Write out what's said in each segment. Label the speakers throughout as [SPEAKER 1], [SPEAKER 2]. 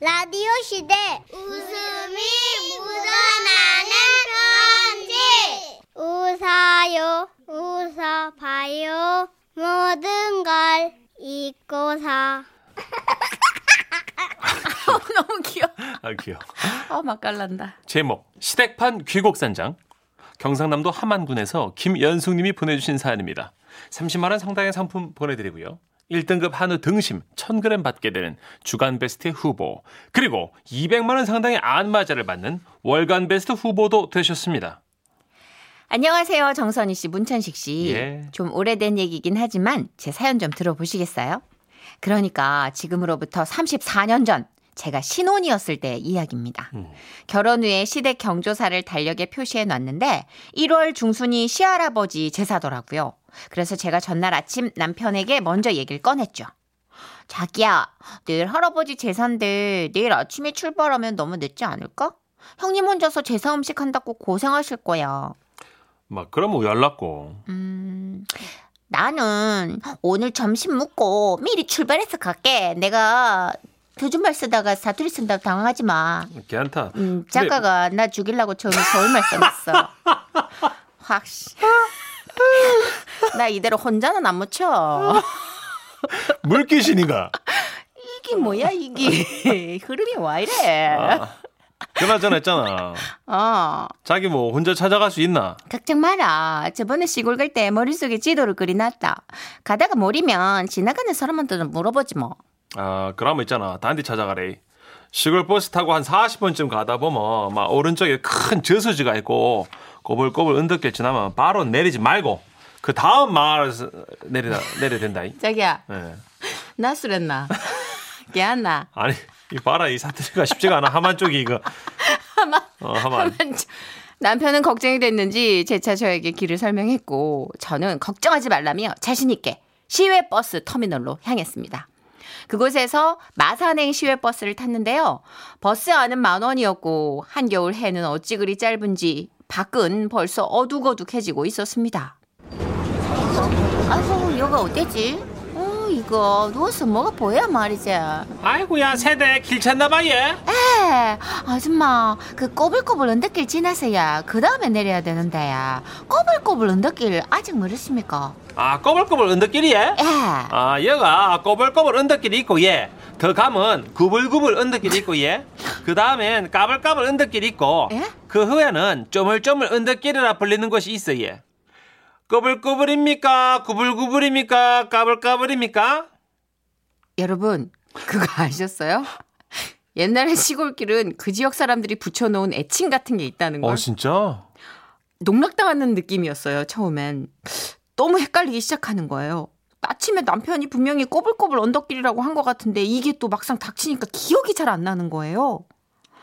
[SPEAKER 1] 라디오 시대 웃음이 묻어나는 편지 웃어요 웃어봐요 모든 걸 잊고서
[SPEAKER 2] 너무 귀여워.
[SPEAKER 3] 아 귀여워.
[SPEAKER 2] 어, 맛깔난다.
[SPEAKER 3] 제목 시댁판 귀곡산장 경상남도 함안군에서 김연숙님이 보내주신 사연입니다. 30만 원 상당의 상품 보내드리고요. 1등급 한우 등심 1000g 받게 되는 주간 베스트 후보 그리고 200만 원 상당의 안마자를 받는 월간 베스트 후보도 되셨습니다.
[SPEAKER 2] 안녕하세요. 정선희 씨, 문천식 씨.
[SPEAKER 3] 예.
[SPEAKER 2] 좀 오래된 얘기긴 하지만 제 사연 좀 들어보시겠어요? 그러니까 지금으로부터 34년 전 제가 신혼이었을 때 이야기입니다. 결혼 후에 시댁 경조사를 달력에 표시해 놨는데 1월 중순이 시할아버지 제사더라고요. 그래서 제가 전날 아침 남편에게 먼저 얘기를 꺼냈죠. 자기야, 내일 할아버지 제사인데 내일 아침에 출발하면 너무 늦지 않을까? 형님 혼자서 제사 음식 한다고 고생하실 거야.
[SPEAKER 3] 막 그럼 뭐 연락고
[SPEAKER 2] 음, 나는 오늘 점심 먹고 미리 출발해서 갈게. 내가 교준말 쓰다가 사투리 쓴다고 당황하지 마.
[SPEAKER 3] 괜찮다.
[SPEAKER 2] 음, 작가가 나 죽이려고 처음에 서울말 써놨어. 확. 씨. 나 이대로 혼자는 안 묻혀.
[SPEAKER 3] 물귀신이가.
[SPEAKER 2] 이게 뭐야 이게. 흐름이 와 이래.
[SPEAKER 3] 아, 그나저나 했잖아.
[SPEAKER 2] 어.
[SPEAKER 3] 자기 뭐 혼자 찾아갈 수 있나?
[SPEAKER 2] 걱정 마라. 저번에 시골 갈 때 머릿속에 지도를 그리놨다. 가다가 모르면 지나가는 사람한테 좀 물어보지 뭐.
[SPEAKER 3] 아, 그러면 있잖아. 단디 찾아가래. 시골 버스 타고 한 40분쯤 가다 보면 막 오른쪽에 큰 저수지가 있고 꼬불꼬불 언덕길 지나면 바로 내리지 말고 그 다음 마을에서 내리다 내려야 된다. 이.
[SPEAKER 2] 자기야.
[SPEAKER 3] 예.
[SPEAKER 2] 나 술했나? 개안나?
[SPEAKER 3] 아니, 이 봐라 이 사투리가 쉽지가 않아. 하만 쪽이 이거.
[SPEAKER 2] 하만.
[SPEAKER 3] 어, 하만.
[SPEAKER 2] 남편은 걱정이 됐는지 재차 저에게 길을 설명했고 저는 걱정하지 말라며 자신 있게 시외 버스 터미널로 향했습니다. 그곳에서 마산행 시외 버스를 탔는데요. 버스 안은 만 원이었고 한겨울 해는 어찌 그리 짧은지 밖은 벌써 어둑어둑해지고 있었습니다. 아이고 여가 어때지? 어 이거 누워서 뭐가 보여 말이지.
[SPEAKER 3] 아이고야, 세대 길 찾나 봐 얘.
[SPEAKER 2] 에 네. 아줌마 그 꼬불꼬불 언덕길 지나서야 그 다음에 내려야 되는데야 꼬불꼬불 언덕길 아직 모르십니까?
[SPEAKER 3] 아, 꼬불꼬불 언덕길이 얘.
[SPEAKER 2] 예.
[SPEAKER 3] 아, 얘가 꼬불꼬불 언덕길이 있고 얘. 더 가면 구불구불 언덕길이 있고 얘. 그 다음엔 까불까불 언덕길이 있고.
[SPEAKER 2] 예?
[SPEAKER 3] 그 후에는 쪼물쪼물 언덕길이라 불리는 곳이 있어 얘. 꼬불꼬불입니까? 구불구불입니까? 까불까불입니까?
[SPEAKER 2] 여러분 그거 아셨어요? 옛날에 시골길은 그 지역 사람들이 붙여놓은 애칭 같은 게 있다는 걸
[SPEAKER 3] 어, 진짜?
[SPEAKER 2] 농락당하는 느낌이었어요 처음엔 너무 헷갈리기 시작하는 거예요 아침에 남편이 분명히 꼬불꼬불 언덕길이라고 한 것 같은데 이게 또 막상 닥치니까 기억이 잘 안 나는 거예요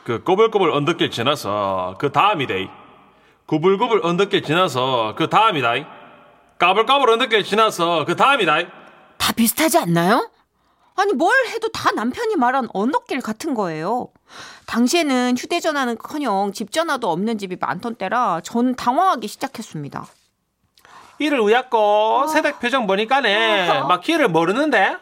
[SPEAKER 3] 그 꼬불꼬불 언덕길 지나서 그 다음이다. 구불구불 언덕길 지나서 그 다음이다. 까불까불 언덕길 지나서 그 다음이다.
[SPEAKER 2] 다 비슷하지 않나요? 아니 뭘 해도 다 남편이 말한 언덕길 같은 거예요. 당시에는 휴대전화는커녕 집 전화도 없는 집이 많던 때라 전 당황하기 시작했습니다.
[SPEAKER 3] 이를 우였고 세댁 표정 보니까네 막 길을 모르는데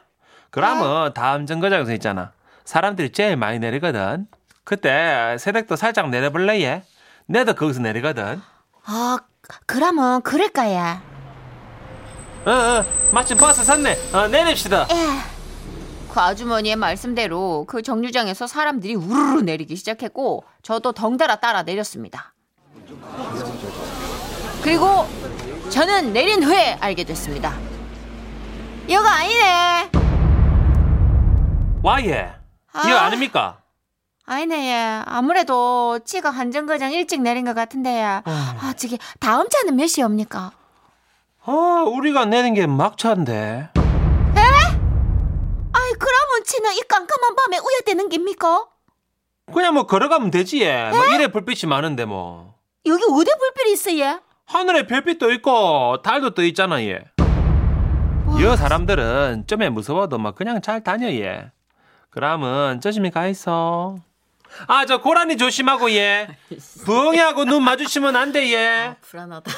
[SPEAKER 3] 그러면 다음 정거장에서 있잖아 사람들이 제일 많이 내리거든 그때 세댁도 살짝 내려볼래 얘 내도 거기서 내리거든
[SPEAKER 2] 아 그러면 그럴까야.
[SPEAKER 3] 어어 마침 버스 섰네 어, 내립시다
[SPEAKER 2] 예. 그 아주머니의 말씀대로 그 정류장에서 사람들이 우르르 내리기 시작했고 저도 덩달아 따라 내렸습니다. 그리고 저는 내린 후에 알게 됐습니다. 이거 아니네.
[SPEAKER 3] 와얘 이거
[SPEAKER 2] 아.
[SPEAKER 3] 아닙니까
[SPEAKER 2] 아니네, 예. 아무래도 치가 한정거장 일찍 내린 것 같은데요. 아, 저기, 다음 차는 몇 시옵니까?
[SPEAKER 3] 아 우리가 내린 게 막차인데
[SPEAKER 2] 아이, 그러면 치는 이 깜깜한 밤에 우야되는 깁니까?
[SPEAKER 3] 그냥 뭐 걸어가면 되지 얘뭐 이래 불빛이 많은데 뭐
[SPEAKER 2] 여기 어디 불필이 있어, 예?
[SPEAKER 3] 하늘에 별빛도 있고 달도 떠 있잖아 얘. 여 사람들은 좀에 무서워도 막 그냥 잘 다녀 얘. 그러면 조심히 가 있어. 아 저 고라니 조심하고 얘. 부엉이하고 눈 마주치면 안 돼 얘.
[SPEAKER 2] 불안하다.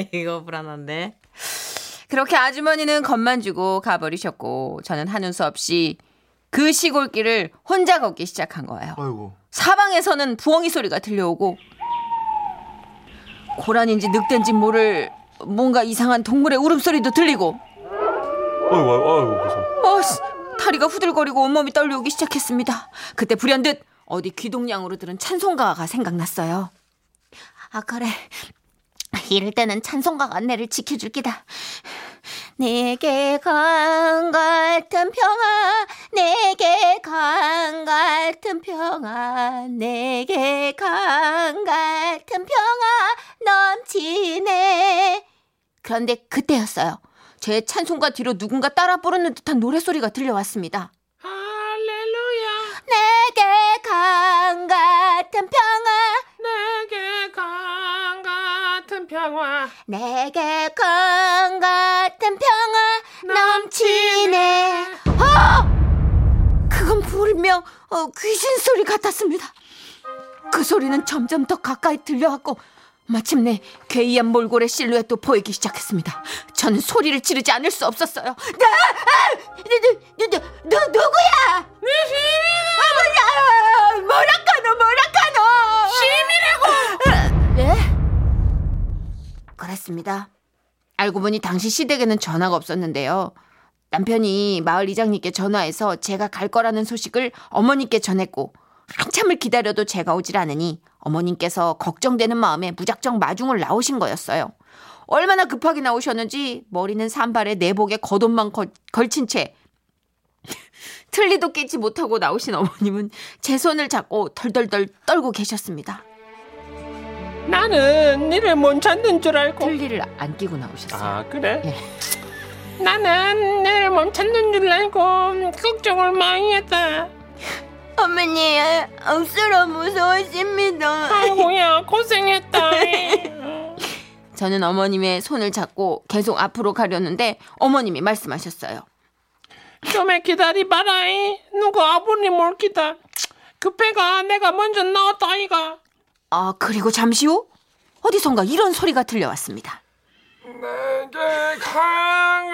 [SPEAKER 2] 이거 불안한데. 그렇게 아주머니는 겁만 주고 가버리셨고, 저는 한운수 없이 그 시골길을 혼자 걷기 시작한 거예요.
[SPEAKER 4] 아이고.
[SPEAKER 2] 사방에서는 부엉이 소리가 들려오고 고란인지 늑대인지 모를 뭔가 이상한 동물의 울음소리도 들리고
[SPEAKER 3] 어이구, 어이구, 무서워.
[SPEAKER 2] 어, 씨, 다리가 후들거리고 온몸이 떨려오기 시작했습니다. 그때 불현듯 어디 귀동냥으로 들은 찬송가가 생각났어요. 아 그래 이럴 때는 찬송가가 내를 지켜줄 기다. 내게 강 같은 평화, 내게 강 같은 평화, 내게 강 같은 평화 넘치네. 그런데 그때였어요. 제 찬송가 뒤로 누군가 따라 부르는 듯한 노래소리가 들려왔습니다. 할렐루야. 내게 강 같은 평화. 내게 강 같은 평화. 넘치네. 어! 그건 분명 어, 귀신 소리 같았습니다. 그 소리는 점점 더 가까이 들려왔고 마침내 괴이한 몰골의 실루엣도 보이기 시작했습니다. 저는 소리를 지르지 않을 수 없었어요. 나, 아! 누, 누, 누, 누, 누구야? 아, 뭐냐? 뭐라카노, 뭐라카노? 시미라고. 네? 그랬습니다. 알고 보니 당시 시댁에는 전화가 없었는데요. 남편이 마을 이장님께 전화해서 제가 갈 거라는 소식을 어머님께 전했고 한참을 기다려도 제가 오질 않으니 어머님께서 걱정되는 마음에 무작정 마중을 나오신 거였어요. 얼마나 급하게 나오셨는지 머리는 산발에 내복에 겉옷만 걸- 걸친 채 틀니도 끼지 못하고 나오신 어머님은 제 손을 잡고 덜덜덜 떨고 계셨습니다.
[SPEAKER 5] 나는 니를 못 찾는 줄 알고
[SPEAKER 2] 틀니를 안 끼고 나오셨어요.
[SPEAKER 3] 아, 그래?
[SPEAKER 5] 나는 니를 못 찾는 줄 알고 걱정을 많이 했다
[SPEAKER 2] 어머니, 억수로 무서우십니다.
[SPEAKER 5] 아이고야 고생했다
[SPEAKER 2] 저는 어머님의 손을 잡고 계속 앞으로 가려는데 어머님이 말씀하셨어요.
[SPEAKER 5] 좀에 기다리봐라 누가 아버님 올 기다 급해가 내가 먼저 나왔다 아이가
[SPEAKER 2] 아, 그리고 잠시 후 어디선가 이런 소리가 들려왔습니다.
[SPEAKER 6] 내게 강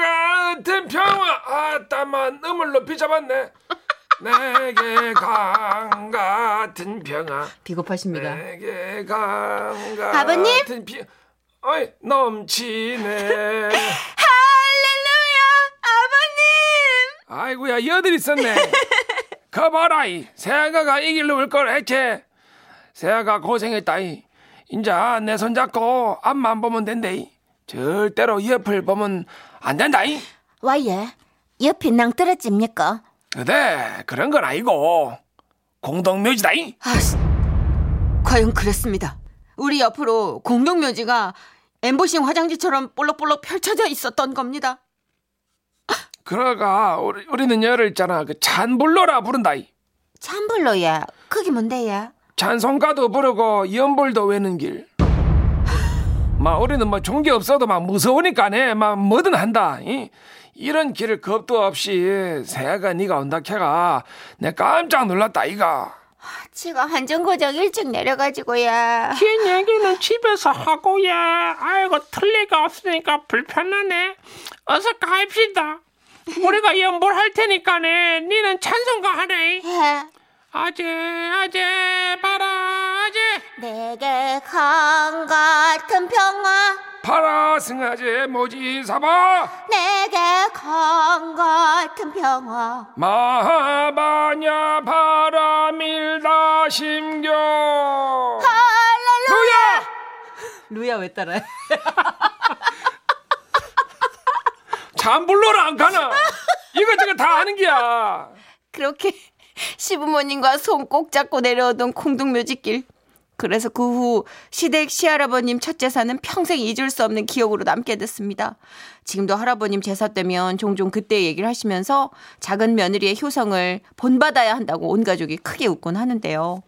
[SPEAKER 6] 같은 평화 아따만 음을 높이 잡았네 내게 강 같은 평화
[SPEAKER 2] 비겁하십니다.
[SPEAKER 6] 내게 강 같은
[SPEAKER 2] 아버님?
[SPEAKER 6] 평 어이 넘치네
[SPEAKER 2] 할렐루야! 아버님!
[SPEAKER 6] 아이고야 여들 있었네 가봐라이 새아가가 이 길로 올 걸 했지 새아가 고생했다이 인자 내 손잡고 앞만 보면 된대이 절대로 옆을 보면 안 된다이
[SPEAKER 2] 와예, 옆이 낭떨어집니까?
[SPEAKER 6] 그대 그런 건 아니고 공동묘지다잉
[SPEAKER 2] 아씨, 과연 그랬습니다. 우리 옆으로 공동묘지가 엠보싱 화장지처럼 볼록볼록 펼쳐져 있었던 겁니다.
[SPEAKER 6] 그러가 우리, 우리는 열을 있잖아 그 찬불로라 부른다이
[SPEAKER 2] 참불로야, 그게 뭔데야?
[SPEAKER 6] 찬송가도 부르고 연불도 외는 길 마, 우리는 뭐 종교 없어도 막 무서우니까네 막 뭐든 한다 이? 이런 길을 겁도 없이 새가 니가 온다 캐가 내 깜짝 놀랐다 이가
[SPEAKER 2] 지가 한정고정 일찍 내려가지고야.
[SPEAKER 5] 긴 얘기는 집에서 하고야 아이고 틀리가 없으니까 불편하네 어서 가입시다 우리가 연볼할 테니까네 니는 찬송가 하래 아재 아재 봐라 아재
[SPEAKER 1] 내게 강 같은 평화
[SPEAKER 6] 파라 승아제 모지 사바
[SPEAKER 1] 내게 강 같은 평화
[SPEAKER 6] 마하바냐 바라밀다 심교 할렐루야
[SPEAKER 2] 루야 왜 따라해?
[SPEAKER 6] 잠불로라 안 가나? 이것저것 다 하는 게야.
[SPEAKER 2] 그렇게 시부모님과 손 꼭 잡고 내려오던 공동묘지길. 그래서 그 후 시댁 시할아버님 첫 제사는 평생 잊을 수 없는 기억으로 남게 됐습니다. 지금도 할아버님 제사 때면 종종 그때 얘기를 하시면서 작은 며느리의 효성을 본받아야 한다고 온 가족이 크게 웃곤 하는데요.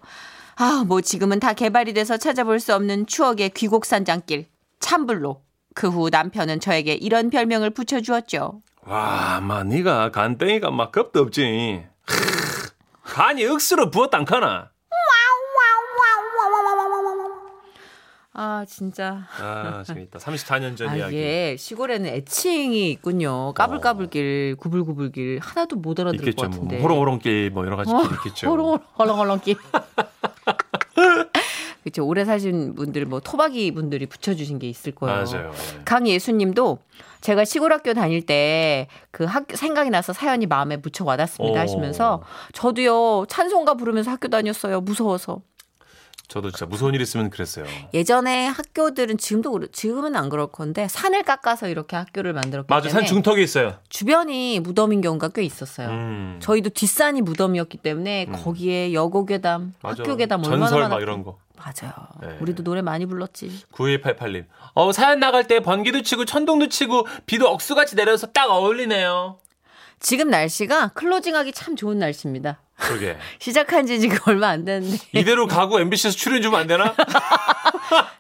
[SPEAKER 2] 아, 뭐 지금은 다 개발이 돼서 찾아볼 수 없는 추억의 귀곡산장길 참불로 그 후 남편은 저에게 이런 별명을 붙여주었죠.
[SPEAKER 3] 와, 마, 니가 간땡이가 막 겁도 없지. 크으, 간이 억수로 부었단 카나.
[SPEAKER 2] 아 진짜.
[SPEAKER 3] 아, 재밌다. 34년 전
[SPEAKER 2] 아
[SPEAKER 3] 이야기.
[SPEAKER 2] 예, 시골에는 애칭이 있군요. 까불까불길, 구불구불길 하나도 못 알아들을
[SPEAKER 3] 어. 있겠죠.
[SPEAKER 2] 것
[SPEAKER 3] 뭐,
[SPEAKER 2] 같은데. 어,
[SPEAKER 3] 호롱호롱길 뭐 여러 가지 길 있겠죠.
[SPEAKER 2] 호롱호롱 헐렁헐렁길. 그렇죠. 오래 사신 분들 뭐 토박이 분들이 붙여주신 게 있을 거예요.
[SPEAKER 3] 맞아요.
[SPEAKER 2] 강예수님도 제가 시골 학교 다닐 때 그 학교 생각이 나서 사연이 마음에 무척 와닿습니다
[SPEAKER 3] 어.
[SPEAKER 2] 하시면서 저도요 찬송가 부르면서 학교 다녔어요 무서워서
[SPEAKER 3] 저도 진짜 무서운 일 있으면 그랬어요.
[SPEAKER 2] 예전에 학교들은 지금도 그렇- 지금은 안 그럴 건데 산을 깎아서 이렇게 학교를 만들었기
[SPEAKER 3] 맞아, 산
[SPEAKER 2] 때문에
[SPEAKER 3] 중턱에 있어요.
[SPEAKER 2] 주변이 무덤인 경우가 꽤 있었어요.
[SPEAKER 3] 음.
[SPEAKER 2] 저희도 뒷산이 무덤이었기 때문에 거기에 여고 괴담,
[SPEAKER 3] 맞아.
[SPEAKER 2] 학교 괴담 얼마나
[SPEAKER 3] 전설
[SPEAKER 2] 많았-
[SPEAKER 3] 막 이런 거.
[SPEAKER 2] 맞아요.
[SPEAKER 3] 네.
[SPEAKER 2] 우리도 노래 많이 불렀지.
[SPEAKER 3] 9288님. 어, 사연 나갈 때 번개도 치고 천둥도 치고 비도 억수같이 내려서 딱 어울리네요.
[SPEAKER 2] 지금 날씨가 클로징하기 참 좋은 날씨입니다.
[SPEAKER 3] 그러게.
[SPEAKER 2] 시작한 지 지금 얼마 안 됐는데
[SPEAKER 3] 이대로 가고 MBC에서 출연 주면 안 되나?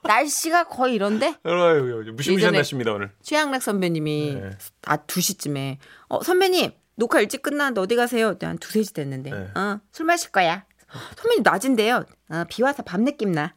[SPEAKER 2] 날씨가 거의 이런데
[SPEAKER 3] 아유, 무시무시한
[SPEAKER 2] 예전에-
[SPEAKER 3] 날씨입니다, 오늘.
[SPEAKER 2] 최양락 선배님이
[SPEAKER 3] 네.
[SPEAKER 2] 아 2시쯤에 어 선배님 녹화 일찍 끝났는데 어디 가세요? 그때 한 2, 3시 됐는데
[SPEAKER 3] 네.
[SPEAKER 2] 어, 술 마실 거야. 선배님 낮인데요. 어, 비 와서 밤 느낌 나.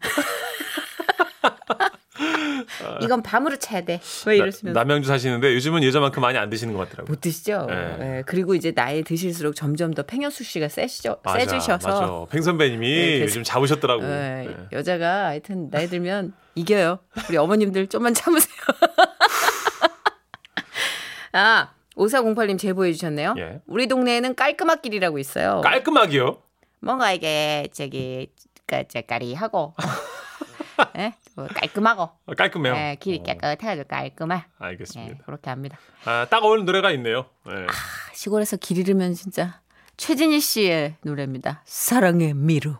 [SPEAKER 2] 이건 밤으로 차야 돼. 왜 이러시면서
[SPEAKER 3] 나, 남양주 사시는데 요즘은 예전만큼 많이 안 드시는 것 같더라고요.
[SPEAKER 2] 못 드시죠?
[SPEAKER 3] 네.
[SPEAKER 2] 예, 그리고 이제 나이 드실수록 점점 더 팽현수 씨가 세시죠,
[SPEAKER 3] 맞아,
[SPEAKER 2] 세지셔서 네,
[SPEAKER 3] 맞아. 팽 선배님이
[SPEAKER 2] 계속-
[SPEAKER 3] 요즘 잡으셨더라고요.
[SPEAKER 2] 예,
[SPEAKER 3] 네.
[SPEAKER 2] 여자가 하여튼 나이 들면 이겨요. 우리 어머님들 좀만 참으세요. 아, 5408님 제보해 주셨네요.
[SPEAKER 3] 예.
[SPEAKER 2] 우리 동네에는 깔끔한 길이라고 있어요.
[SPEAKER 3] 깔끔하게요.
[SPEAKER 2] 뭔가 이게 저기 그 깔깔이하고 예? 뭐 깔끔하고
[SPEAKER 3] 어. 아, 깔끔해요.
[SPEAKER 2] 예, 길이 깨끗해가지고 깔끔한 예,
[SPEAKER 3] 알겠습니다.
[SPEAKER 2] 그렇게 합니다.
[SPEAKER 3] 아, 딱 어울리는 노래가 있네요.
[SPEAKER 2] 아,
[SPEAKER 3] 네.
[SPEAKER 2] 시골에서 길 잃으면 진짜 최진희 씨의 노래입니다. 사랑의 미루.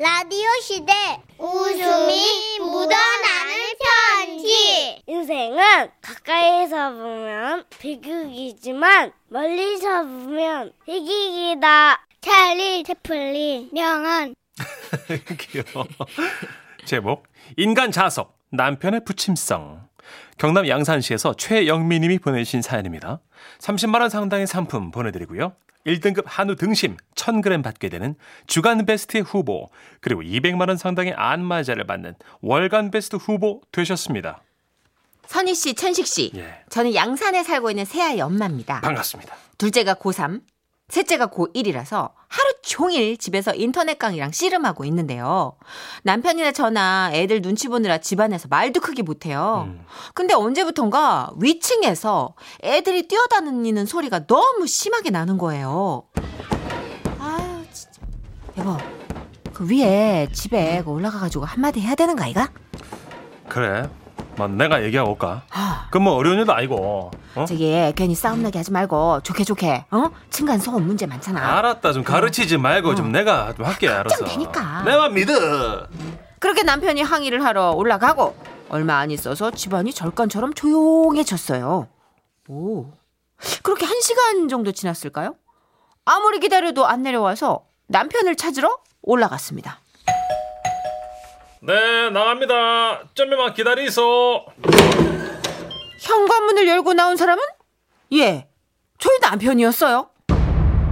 [SPEAKER 4] 라디오 시대 웃음이 묻어나는 편지 인생은 가까이서 보면 비극이지만 멀리서 보면 희극이다 찰리 채플린 명언
[SPEAKER 3] 귀여워. 제목 인간 자석 남편의 부침성 경남 양산시에서 최영미님이 보내주신 사연입니다. 30만 원 상당의 상품 보내드리고요. 1등급 한우 등심 1000g 받게 되는 주간베스트 후보 그리고 200만 원 상당의 안마자를 받는 월간베스트 후보 되셨습니다.
[SPEAKER 2] 선희 씨, 천식 씨.
[SPEAKER 3] 예.
[SPEAKER 2] 저는 양산에 살고 있는 새아이 엄마입니다.
[SPEAKER 3] 반갑습니다.
[SPEAKER 2] 둘째가 고3, 셋째가 고1이라서 하루 종일 집에서 인터넷 강의랑 씨름하고 있는데요. 남편이나 저나 애들 눈치 보느라 집안에서 말도 크게 못해요. 근데 언제부턴가 위층에서 애들이 뛰어다니는 소리가 너무 심하게 나는 거예요. 아유, 진짜. 여보, 그 위에 집에 그 올라가가지고 한마디 해야 되는 거 아이가?
[SPEAKER 3] 그래. 뭐 내가 얘기하고 올까?
[SPEAKER 2] 아.
[SPEAKER 3] 그럼 뭐 어려운 일도 아니고. 어?
[SPEAKER 2] 저기 괜히 싸움 나게 하지 말고 좋게 좋게 어 층간 소음 문제 많잖아
[SPEAKER 3] 알았다. 좀 가르치지
[SPEAKER 2] 어.
[SPEAKER 3] 말고 좀 내가 좀 할게.
[SPEAKER 2] 아,
[SPEAKER 3] 알았어.
[SPEAKER 2] 되니까.
[SPEAKER 3] 내만 믿어.
[SPEAKER 2] 그렇게 남편이 항의를 하러 올라가고 얼마 안 있어서 집안이 절간처럼 조용해졌어요 오 그렇게 한 시간 정도 지났을까요 아무리 기다려도 안 내려와서 남편을 찾으러 올라갔습니다
[SPEAKER 3] 네, 나갑니다. 좀만 기다리소.
[SPEAKER 2] 현관문을 열고 나온 사람은 예 저희 남편이었어요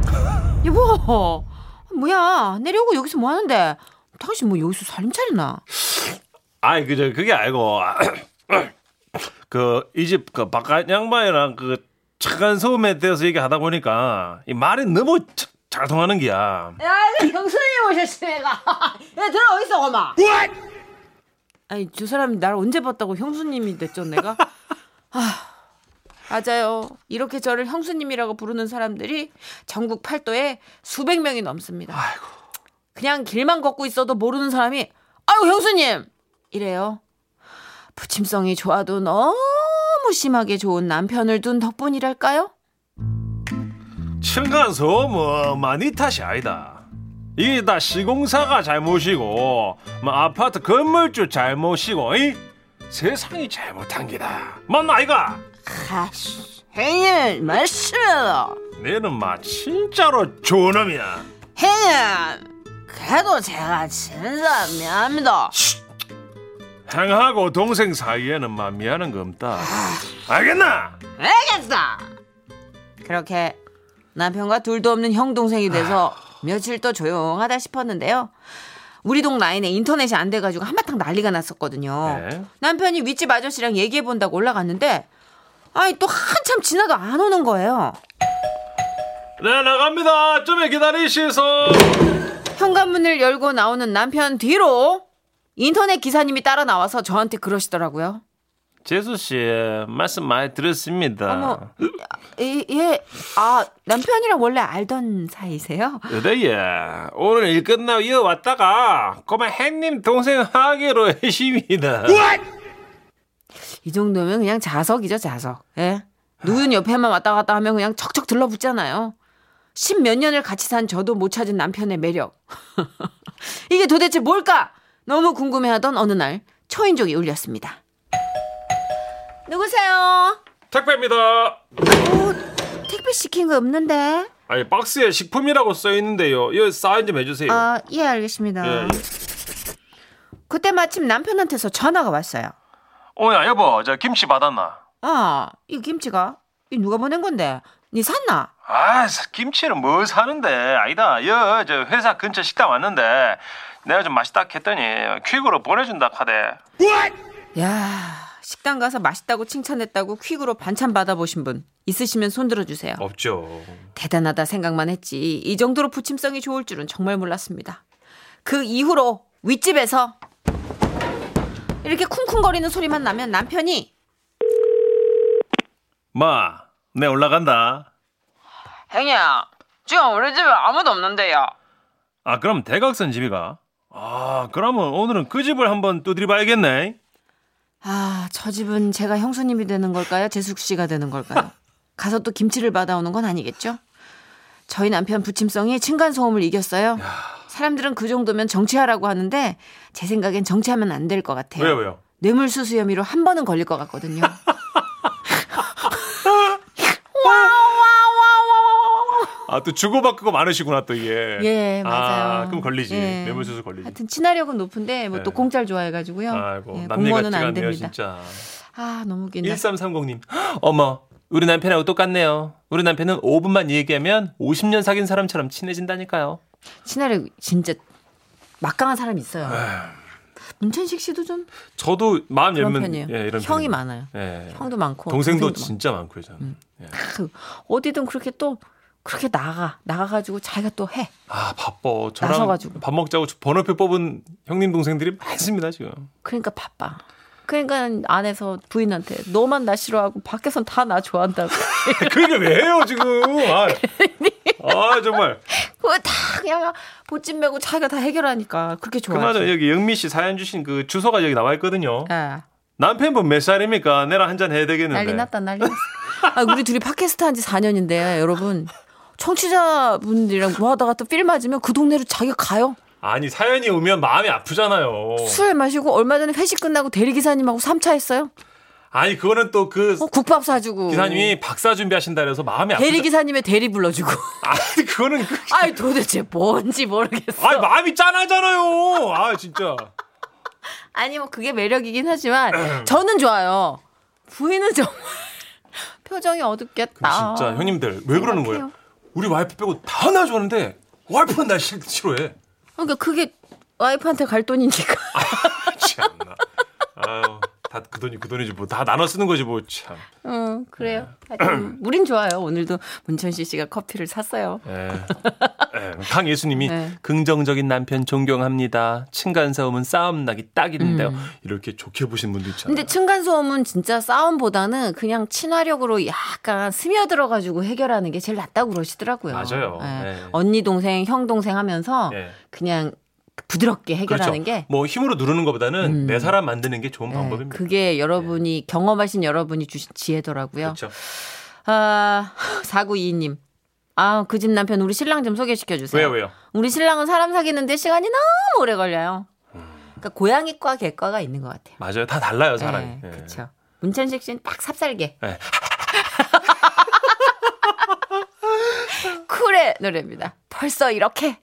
[SPEAKER 2] 여보 뭐야 내려오고 여기서 뭐 하는데 당신 뭐 여기서 살림 차리나
[SPEAKER 3] 아이, 그저 그게 아니고 그 이 집 그 바깥 양반이랑 그 착한 소음에 대해서 얘기하다 보니까 이 말이 너무 자- 잘 통하는 게야.
[SPEAKER 2] 야, 이거 경수님 오셨어, 내가. 야, 들어, 어딨어, 엄마? 아니, 저 사람이 날 언제 봤다고 형수님이 됐죠, 내가? 아, 맞아요. 이렇게 저를 형수님이라고 부르는 사람들이 전국 팔도에 수백 명이 넘습니다. 그냥 길만 걷고 있어도 모르는 사람이, 아유, 형수님! 이래요. 부침성이 좋아도 너무 심하게 좋은 남편을 둔 덕분이랄까요?
[SPEAKER 3] 층간 소음은 많이 탓이 아니다. 이게 다 시공사가 잘못이고, 뭐 아파트 건물주 잘못이고, 이 세상이 잘못한 게다. 맞나 아이가?
[SPEAKER 2] 아씨, 행일 말씀해요.
[SPEAKER 3] 내는 마 진짜로 좋은 놈이야.
[SPEAKER 2] 형님, 그래도 제가 진짜 미안합니다.
[SPEAKER 3] 형하고 동생 사이에는 마 미안한 거 없다. 알겠나?
[SPEAKER 2] 알겠어. 그렇게 남편과 둘도 없는 형 동생이 돼서 며칠 또 조용하다 싶었는데요. 우리 동 라인에 인터넷이 안 돼가지고 한바탕 난리가 났었거든요.
[SPEAKER 3] 네.
[SPEAKER 2] 남편이 윗집 아저씨랑 얘기해본다고 올라갔는데 아니 또 한참 지나도 안 오는 거예요.
[SPEAKER 3] 네 나갑니다. 좀 기다리시소.
[SPEAKER 2] 현관문을 열고 나오는 남편 뒤로 인터넷 기사님이 따라 나와서 저한테 그러시더라고요.
[SPEAKER 3] 재수 씨 말씀 많이 들었습니다.
[SPEAKER 2] 어머, 예, 예. 아, 남편이랑 원래 알던 사이세요?
[SPEAKER 3] 네, 그래예 오늘 일 끝나고 이어 왔다가 그만 햇님 동생 하기로 했습니다.
[SPEAKER 2] 이 정도면 그냥 자석이죠, 자석. 예. 누군 옆에만 왔다 갔다 하면 그냥 척척 들러붙잖아요. 십 몇 년을 같이 산 저도 못 찾은 남편의 매력. 이게 도대체 뭘까? 너무 궁금해하던 어느 날 초인종이 울렸습니다. 누구세요?
[SPEAKER 3] 택배입니다.
[SPEAKER 2] 택배 시킨 거 없는데.
[SPEAKER 3] 아니 박스에 식품이라고 써 있는데요. 이거 사인 좀 해주세요.
[SPEAKER 2] 아, 예, 알겠습니다.
[SPEAKER 3] 예, 예.
[SPEAKER 2] 그때 마침 남편한테서 전화가 왔어요.
[SPEAKER 3] 오야 여보 저 김치 받았나?
[SPEAKER 2] 아, 이 김치가 이 누가 보낸 건데? 니 샀나?
[SPEAKER 3] 아 김치를 뭐 사는데 아니다 여 저 회사 근처 식당 왔는데 내가 좀 맛있다 했더니 퀵으로 보내준다 카대
[SPEAKER 2] 야, 식당 가서 맛있다고 칭찬했다고 퀵으로 반찬 받아보신 분 있으시면 손 들어주세요.
[SPEAKER 3] 없죠
[SPEAKER 2] 대단하다 생각만 했지 이 정도로 부침성이 좋을 줄은 정말 몰랐습니다. 그 이후로 윗집에서 이렇게 쿵쿵거리는 소리만 나면 남편이
[SPEAKER 3] 마내 올라간다
[SPEAKER 2] 행이야 지금 우리 집에 아무도 없는데요.
[SPEAKER 3] 아 그럼 대각선 집이가 아 그러면 오늘은 그 집을 한번 두드려 봐야겠네
[SPEAKER 2] 아, 저 집은 제가 형수님이 되는 걸까요? 재숙 씨가 되는 걸까요? 가서 또 김치를 받아오는 건 아니겠죠? 저희 남편 부침성이 층간소음을 이겼어요. 사람들은 그 정도면 정치하라고 하는데 제 생각엔 정치하면 안 될 것 같아요.
[SPEAKER 3] 왜요 왜요
[SPEAKER 2] 뇌물수수 혐의로 한 번은 걸릴 것 같거든요.
[SPEAKER 3] 아 또 주고받고 많으시구나 또 이게
[SPEAKER 2] 예, 맞아요.
[SPEAKER 3] 아, 그럼 걸리지
[SPEAKER 2] 예.
[SPEAKER 3] 뇌물수수 걸리지
[SPEAKER 2] 하여튼 친화력은 높은데 뭐 또
[SPEAKER 3] 네.
[SPEAKER 2] 공짜를 좋아해가지고요.
[SPEAKER 3] 아이고
[SPEAKER 2] 예,
[SPEAKER 3] 남일
[SPEAKER 2] 공무원은
[SPEAKER 3] 같지가
[SPEAKER 2] 안
[SPEAKER 3] 않네요
[SPEAKER 2] 됩니다.
[SPEAKER 3] 진짜
[SPEAKER 2] 아, 너무 웃긴다.
[SPEAKER 3] 1330님. 어머, 우리 남편하고 똑같네요. 우리 남편은 5분만 얘기하면 50년 사귄 사람처럼 친해진다니까요.
[SPEAKER 2] 친화력 진짜 막강한 사람이 있어요.
[SPEAKER 3] 아.
[SPEAKER 2] 문천식 씨도 좀
[SPEAKER 3] 저도 마음
[SPEAKER 2] 그런
[SPEAKER 3] 열면
[SPEAKER 2] 편이에요.
[SPEAKER 3] 예, 이런
[SPEAKER 2] 형이
[SPEAKER 3] 편이에요.
[SPEAKER 2] 많아요.
[SPEAKER 3] 예.
[SPEAKER 2] 형도 많고 음.
[SPEAKER 3] 동생도
[SPEAKER 2] 동생도
[SPEAKER 3] 진짜 많고요, 저는. 예.
[SPEAKER 2] 많고. 어디든 그렇게 또 그렇게 나가 나가가지고 자기가 또 해.
[SPEAKER 3] 아, 바빠. 저랑
[SPEAKER 2] 나서가지고.
[SPEAKER 3] 밥 먹자고 번호표 뽑은 형님 동생들이 많습니다, 지금.
[SPEAKER 2] 그러니까 바빠. 그러니까 안에서 부인한테 너만 나 싫어하고 밖에선 다 나 좋아한다고.
[SPEAKER 3] 그게 왜요, 지금? 아, 아 정말.
[SPEAKER 2] 그거 다 그냥 보찜 메고 자기가 다 해결하니까 그렇게 좋아하지.
[SPEAKER 3] 그나저나 여기 영미 씨 사연 주신 그 주소가 여기 나와 있거든요.
[SPEAKER 2] 예.
[SPEAKER 3] 남편분 몇 살입니까? 내랑 한잔 해야 되겠는데.
[SPEAKER 2] 난리 났다 난리 났어. 아, 우리 둘이 팟캐스트 한 지 4년인데 여러분 청취자분들이랑 뭐 하다가 또 필 맞으면 그 동네로 자기가 가요.
[SPEAKER 3] 아니, 사연이 오면 마음이 아프잖아요.
[SPEAKER 2] 술 마시고 얼마 전에 회식 끝나고 대리기사님하고 3차 했어요.
[SPEAKER 3] 아니, 그거는 또그
[SPEAKER 2] 어, 국밥 사주고.
[SPEAKER 3] 기사님이 박사 준비하신다 그래서 마음이 아프죠.
[SPEAKER 2] 대리 기사님의 대리 불러주고.
[SPEAKER 3] 아니 그거는 그...
[SPEAKER 2] 아이 도대체 뭔지 모르겠어.
[SPEAKER 3] 아니 마음이 짠하잖아요. 아 진짜.
[SPEAKER 2] 아니 뭐 그게 매력이긴 하지만 저는 좋아요. 부인은 정말 표정이 아. 어둡겠다.
[SPEAKER 3] 진짜 형님들 왜 그러는 거예요? 우리 와이프 빼고 다 나 좋아하는데 와이프는 날 싫, 싫어해.
[SPEAKER 2] 그러니까 그게 와이프한테 갈 돈이니까.
[SPEAKER 3] 참나. 아유 다 그 돈이 그 돈이지 뭐 다 나눠 쓰는 거지 뭐 참.
[SPEAKER 2] 응 그래요. 하여튼 우린 좋아요. 오늘도 문천식 씨가 커피를 샀어요.
[SPEAKER 3] 예. 예. 강예수님이
[SPEAKER 2] 네.
[SPEAKER 3] 긍정적인 남편 존경합니다. 층간 싸움은 싸움 나기 딱인데요. 이렇게 좋게 보신 분도 있잖아요.
[SPEAKER 2] 음. 근데 층간소음은 진짜 싸움보다는 그냥 친화력으로 약간 스며들어가지고 해결하는 게 제일 낫다고 그러시더라고요. 네.
[SPEAKER 3] 맞아요.
[SPEAKER 2] 예.
[SPEAKER 3] 네.
[SPEAKER 2] 언니 동생, 형 동생 하면서
[SPEAKER 3] 예.
[SPEAKER 2] 그냥 부드럽게 해결하는 게
[SPEAKER 3] 뭐 힘으로 누르는 것보다는 내 사람 만드는 게 좋은
[SPEAKER 2] 예,
[SPEAKER 3] 방법입니다.
[SPEAKER 2] 그게 여러분이 경험하신 여러분이 주신 지혜더라고요.
[SPEAKER 3] 그렇죠.
[SPEAKER 2] 아, 4922님. 아, 그 집 남편 우리 신랑 좀 소개시켜 주세요.
[SPEAKER 3] 왜요 왜요?
[SPEAKER 2] 우리 신랑은 사람 사귀는데 시간이 너무 오래 걸려요. 그러니까 고양이과 개과가 있는 것 같아요.
[SPEAKER 3] 맞아요. 다 달라요, 음. 사람이. 예.
[SPEAKER 2] 그렇죠. 문천식 씨는 딱 삽살개.
[SPEAKER 3] 예.
[SPEAKER 2] 쿨의 노래입니다. 벌써 이렇게.